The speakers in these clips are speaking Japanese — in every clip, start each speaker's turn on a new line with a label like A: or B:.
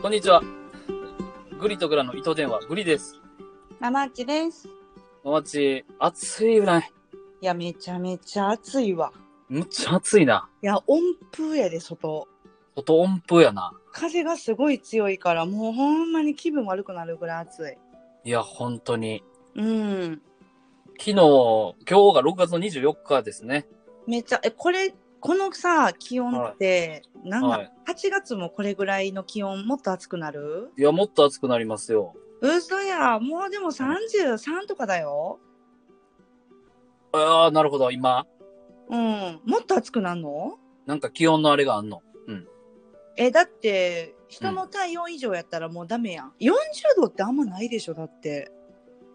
A: こんにちは。グリとグラの糸電話、グリです。
B: ママッチです。
A: ママチ、暑いぐらい。
B: いや、めちゃめちゃ暑いわ。
A: むっちゃ暑いな。
B: いや、温風やで、外。
A: 外温風やな。
B: 風がすごい強いから、もうほんまに気分悪くなるぐらい暑い。
A: いや、本当に。
B: うん。
A: 昨日、今日が6月の24日ですね。
B: めっちゃ、え、これ、このさ、気温って、なん
A: は
B: か、
A: い。
B: 8月もこれぐらいの気温、もっと暑くなる
A: いや、もっと暑くなりますよ。
B: 嘘や、もうでも33とかだよ。
A: ああ、なるほど。今、
B: うん。もっと暑くなるの
A: なんか気温のあれがあんの。
B: え、だって、人の体温以上やったらもうダメやん。40度ってあんまないでしょ、だって。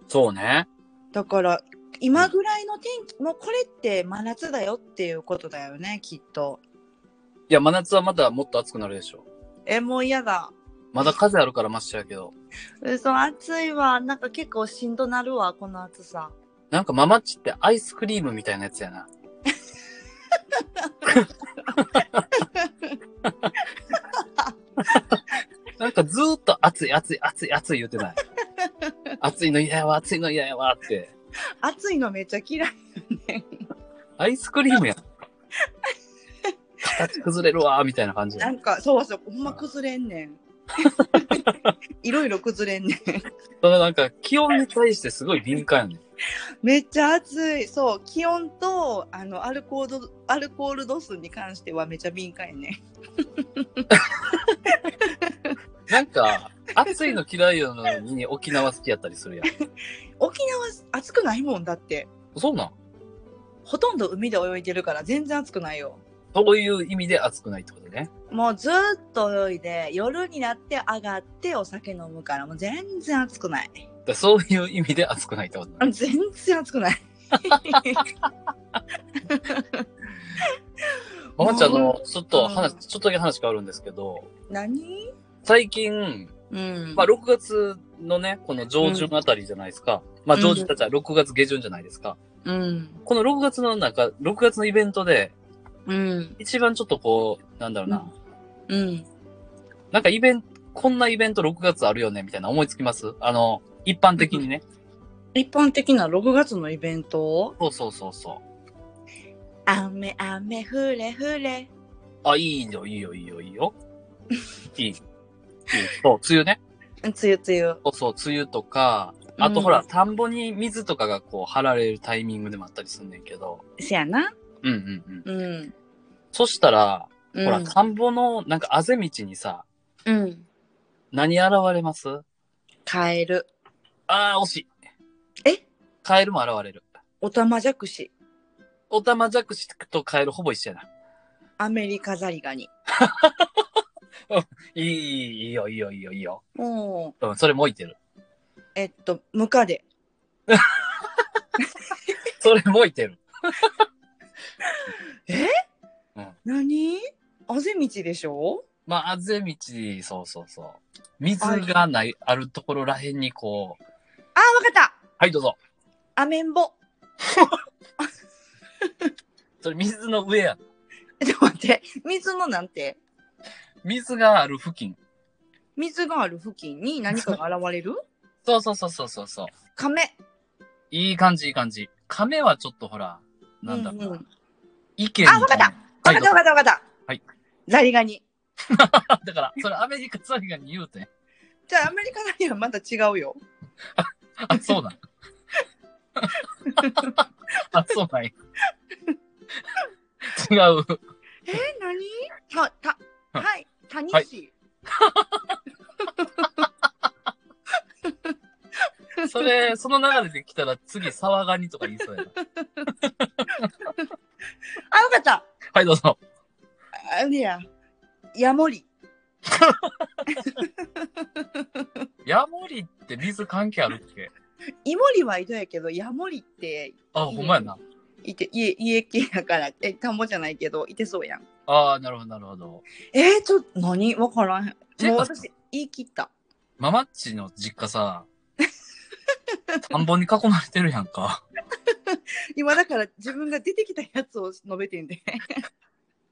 A: そうね。
B: だから今ぐらいの天気もうこれって真夏だよっていうことだよねきっと
A: いや、真夏はまだもっと暑くなるでしょ。
B: えもう嫌だ
A: まだ風あるからマシやけど。
B: 嘘暑いわなんか結構しんどなるわこの暑さ
A: なんかママッチってアイスクリームみたいなやつやな。なんかずーっと暑い暑い暑い暑い言うてない。暑いの嫌やわ、暑いの嫌やわって。
B: 暑いのめっちゃ嫌い
A: アイスクリームやん。形崩れるわーみたいな感じ。
B: なんかそうそうほんま崩れんねん いろいろ崩れんねん
A: そのなんか気温に対してすごい敏感やね。
B: めっちゃ暑いそう気温とあのアルコール度アルコール度数に関してはめちゃ敏感やね
A: なんか暑いの嫌いなのに沖縄好きやったりするやん。
B: ん沖縄暑くないもんだって
A: そうなん
B: ほとんど海で泳いでるから全然暑くないよ
A: そういう意味で暑くないってことね。
B: もうずっと泳いで夜になって上がってお酒飲むからもう全然暑くない
A: だからそういう意味で暑くないってことね。
B: 全然暑くない
A: ママちゃんあの
B: う、
A: ちょっと話、
B: うん
A: ちょっとだけ話変わるんですけど、
B: 何
A: 最近、
B: うん
A: まあ、6月のね、この上旬あたりじゃないですか。まあ、上旬たちは6月下旬じゃないですか。
B: うん
A: この6月の中、6月のイベントで、
B: うん
A: 一番ちょっとこう、なんだろうな、
B: うん
A: なんかイベント、こんなイベント6月あるよね、みたいな思いつきますあの、一般的にね。
B: 一般的な6月のイベント
A: そうそうそうそう。
B: 雨雨ふれふれ
A: あ、いいよ、いいよ、いいよ、いいよ。いい。いい。そう、梅雨ね。
B: うんつゆつゆ
A: そうそう、梅雨とか、あと
B: うん
A: ほら、田んぼに水とかがこう、張られるタイミングでもあったりすんねんけど。
B: せやな
A: うんうんうん。
B: うん
A: そしたら、
B: うん
A: ほら、田んぼの、なんか、あぜ道にさ、
B: うん
A: 何現れます
B: カエル
A: あー、惜しい。
B: え
A: カエルも現れる。
B: オタマジャクシ
A: オタマジャクシとカエルほぼ一緒やな。
B: アメリカザリガニ
A: いい、いいいいよ、いいよ、いいよ、いいよ。
B: も
A: うん、それも置いてる。
B: うえっとムカデ
A: それも置いてる。
B: 何あぜ道でしょ
A: まあ、あぜ道、そうそうそう。水がない、あるところらへんにこう、
B: あわかった
A: はい、どうぞ。
B: アメンボ。
A: それ水の上や。
B: ちょっと待って、水のなんて、
A: 水がある付近。
B: 水がある付近に何かが現れ る
A: そうそうそうそうそうそう。
B: カメ。
A: いい感じ、いい感じ。亀はちょっとほら、なんだろうな。
B: うんうん
A: 池みたいな。
B: あわかった
A: は
B: わ
A: い、
B: か
A: ど
B: っ
A: う
B: た
A: ぞ
B: わかったわかった。
A: はい。
B: ザリガニ。
A: だから、それアメリカザリガニ言うてん。
B: じゃあアメリカザリガニはまた違うよ。
A: あ、そうだ。あ、そうなんや。違う。
B: えー、何た、た、
A: うん
B: はい、タニ
A: はい
B: シ。
A: それ、その流れで来たら次、サワガニとか言いそうやな。
B: あ、わかった。
A: はい、どうぞ。
B: あれや。ヤモリ。
A: ヤモリって水関係あるっけ
B: イモリは井戸やけど、ヤモリって、
A: あ、ほんまやな。
B: いて、家、家系やから、え、田んぼじゃないけど、いてそうやん。
A: ああ、なるほど、なるほど。
B: えー、ちょっと、何わからん。
A: て
B: もう
A: か
B: 私、言い切った。
A: ママッチの実家さ、田んぼに囲まれてるやんか。
B: 今だから自分が出てきたやつを述べてんで。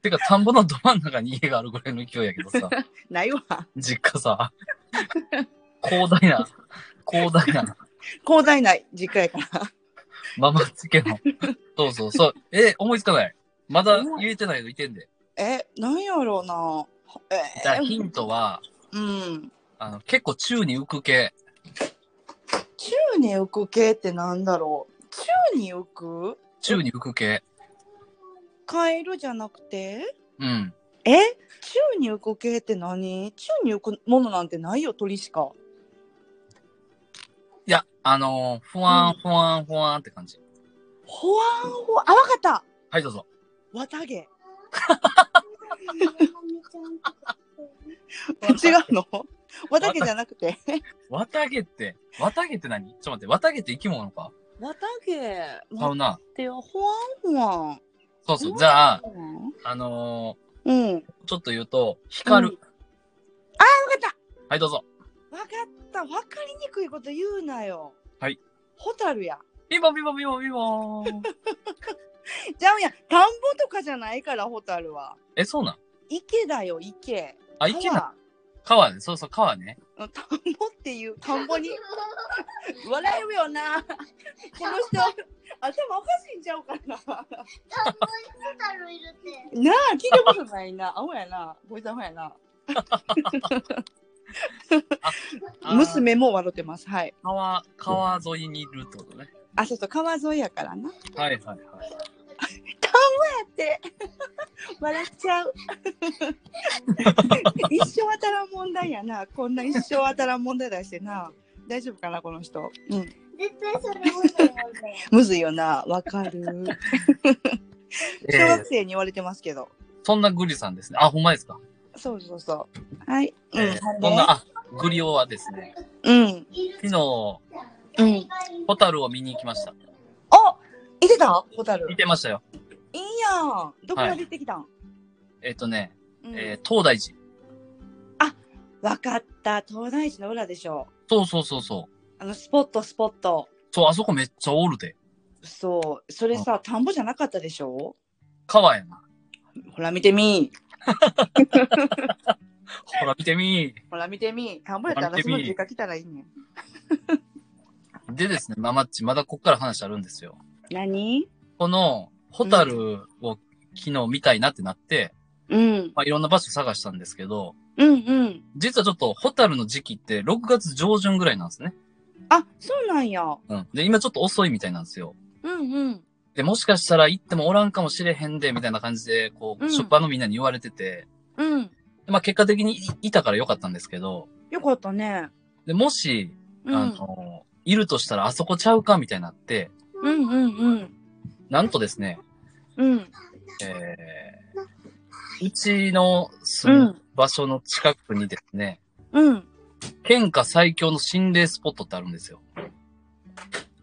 A: てか、田んぼのど真ん中に家があるぐらいの勢いやけど さ、
B: ないわ。
A: 実家さ、広大な、広大な、
B: 広大な実家やから。
A: ママつけの。そうそうそう。え、思いつかない。まだ言えてないのいてんで。
B: え、なんやろうな。
A: じゃあ
B: え
A: ヒントは、
B: うん。
A: あの、結構宙に浮く系。
B: 宙に浮く系ってなんだろう。宙に浮く
A: 宙に浮く系。
B: カエルじゃなくて
A: うん。
B: え宙に浮く系って何宙に浮くものなんてないよ、鳥しか。
A: いや、あのー、ふわんふわんふわんって感じ。
B: ほわんほわん。あ、わかった
A: はい、どうぞ。
B: 綿毛。違う
A: う。
B: の綿毛じゃなくて。
A: 綿毛って、綿毛って何ちょっと待って、綿毛って生き物か
B: 綿毛。
A: 買う
B: 待
A: な。
B: ってよ、ほわんほわん。
A: そうそう。じゃあ、
B: うん。
A: あの
B: うん。わか
A: ー、ちょっと言うと、光る。
B: うんった
A: はい、どうぞ。
B: わかった。わかりにくいこと言うなよ。
A: はい。
B: ホタルや。
A: ビボンビボンビボンビボン。
B: じゃあや、田んぼとかじゃないから、ホタルは。
A: え、そうなん
B: 池だよ、池。
A: あ、池な。
B: 川
A: 川ね。そうそう、川ね。
B: うん田んぼっていう、田んぼに。 笑えるよな。 この人、頭おかしいんちゃうかな。なあ、 聞いたことないな。アホやな。こいつアホやな。
A: あー。
B: 娘も笑ってます。はい。
A: 川、川沿いにいるってことね。
B: あ、そうそう、川沿いやからな。
A: はいはいはい。
B: って 笑っちゃう 一生当たらん問題やなこんな一生当たらん問題出してな大丈夫かなこの人、うん、
C: 絶対それ無理なんだよ。
B: むずいよなわかる
A: え
B: 小学
A: ー、
B: 生に言われてますけど、
A: そんなグリさんですね。あ、ほんまですか。
B: そうそうそうはい、うん
A: えー
B: ほんで
A: そんな、あ、グリオはですね、
B: うん
A: 昨日、
B: うん
A: ホタルを見に行きました。
B: あいてたホタル
A: 見てましたよ。
B: いいやんどこから出てきたん、
A: えっ、とね、
B: うん
A: えー、東大寺。
B: わかった東大寺の裏でしょ
A: そうそうそうそう。
B: あのスポットスポット
A: そう、あそこめっちゃおるで。
B: そうそれさ田んぼじゃなかったでしょ
A: 川やな。
B: ほら見てみ
A: ほら見てみ
B: ほら見てみ。田んぼやったら私も実家来たらいいねん。
A: ー。でですね、ママッチ、まだこっから話あるんですよ。
B: 何
A: この、ホタルを昨日見たいなってなって、
B: うん。
A: まあ、いろんな場所探したんですけど、
B: うんうん。
A: 実はちょっとホタルの時期って6月上旬ぐらいなんですね。
B: あ、そうなんや。
A: うん。で、今ちょっと遅いみたいなんですよ。
B: うんうん。
A: で、もしかしたら行ってもおらんかもしれへんで、みたいな感じで、こ
B: う
A: う、
B: ん
A: ショッパーのみんなに言われてて、
B: うん。
A: でまあ結果的にいいたからよかったんですけど、
B: よかったね。
A: で、もし、あ
B: うん。
A: の、いるとしたらあそこちゃうかみたいになって、
B: うんうんうん。
A: なんとですね、
B: うん。
A: えー、うちの住む場所の近くにですね、
B: うん。
A: 県下最強の心霊スポットってあるんですよ。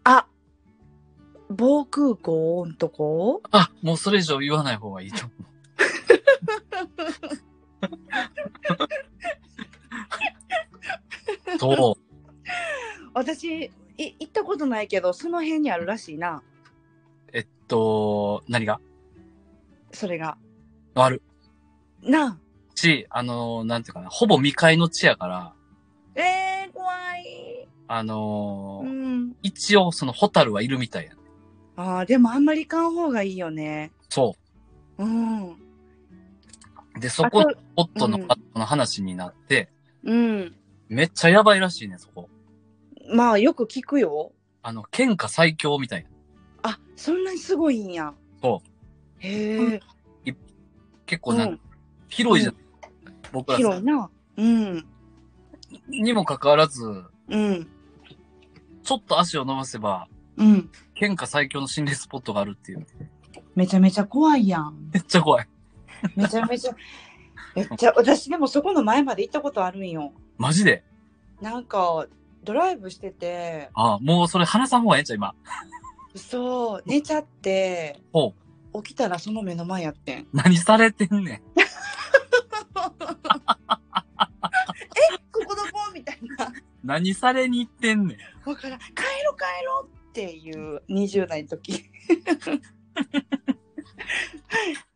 B: あ、防空壕んとこ
A: あ、もうそれ以上言わない方がいいと思 う。そ
B: 私、い行ったことないけど、その辺にあるらしいな。
A: う。えっと、何が
B: それが。
A: ある
B: な
A: し、あの、なんていうかな、ほぼ未開の地やから、
B: あ。えー、怖い。
A: あの
B: う
A: ー
B: ん。
A: 一応そのホタルはいるみたいや、ね。
B: あーでもあんまり行かん方がいいよね。
A: そ
B: うん。
A: う。で、そこの
B: あ
A: スポットの,、
B: うん
A: の話になって、
B: うん。
A: めっちゃやばいらしいね、そこ。
B: まあよく聞くよ。
A: あの、県下最強みたいな。
B: あそんなにすごいんや。。
A: そう
B: へえ。
A: 結構なんか、
B: うん
A: 広いじゃん。僕ら
B: 広いな。うん。
A: にもかかわらず、
B: うん。
A: ちょっと足を伸ばせば、
B: うん。
A: 県下最強の心霊スポットがあるっていう。
B: めちゃめちゃ怖いやん。
A: めっちゃ怖い。
B: めちゃめ ちゃ。めっちゃ私でもそこの前まで行ったことあるんよ。
A: マジで。
B: なんかドライブしてて、
A: ああ、もうそれ話さん方がええんちゃう、今。
B: そう寝ちゃって
A: ほ
B: 起きたらその目の前やってん。
A: 何されてんねん。
B: ここどこみたいな。
A: 何されに行ってんねん。
B: わからん帰ろう帰ろうっていう20代の時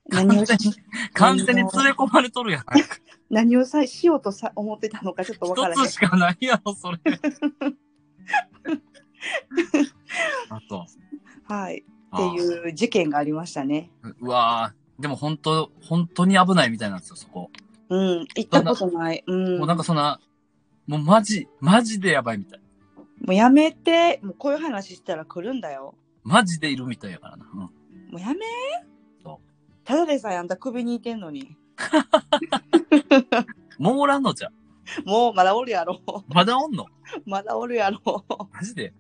B: 何を
A: 完全に完全に連れ込まれとるやん。
B: 何をさしようとさ思ってたのかちょっとわからへん
A: 一つしかないやろ、 それ。あと、
B: はいっ
A: あ
B: て
A: ー
B: いう事件がありましたね
A: うわぁ、でも本当、本当に危ないみたいなんですよ、そこ。
B: うん行ったことないうん
A: もうなんかそんな、もうマジ、マジでやばいみたい。
B: もうやめてもうこういう話したら来るんだよ
A: マジでいるみたいやからな。うん
B: もうやめ
A: そ
B: ただでさえあんた首にいてんのに
A: もうおらんのじゃん。
B: もうまだおるやろ
A: まだおんの
B: まだおるやろ
A: マジで。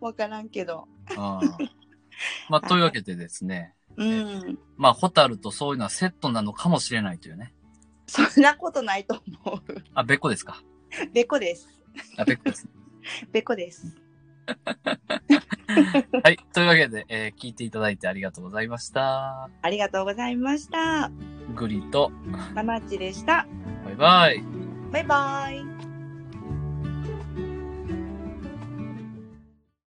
B: わからんけど
A: あーまあ、というわけでですね、
B: うん
A: まあ、ホタルとそういうのはセットなのかもしれないというね。
B: そんなことないと思う
A: あ、べっこですか。
B: べこです
A: あ、べっこです。
B: べこです
A: はい。というわけで、えー聞いていただいてありがとうございました。
B: ありがとうございました
A: グリと、
B: ママッチでした
A: バイバイ。
B: バイバイ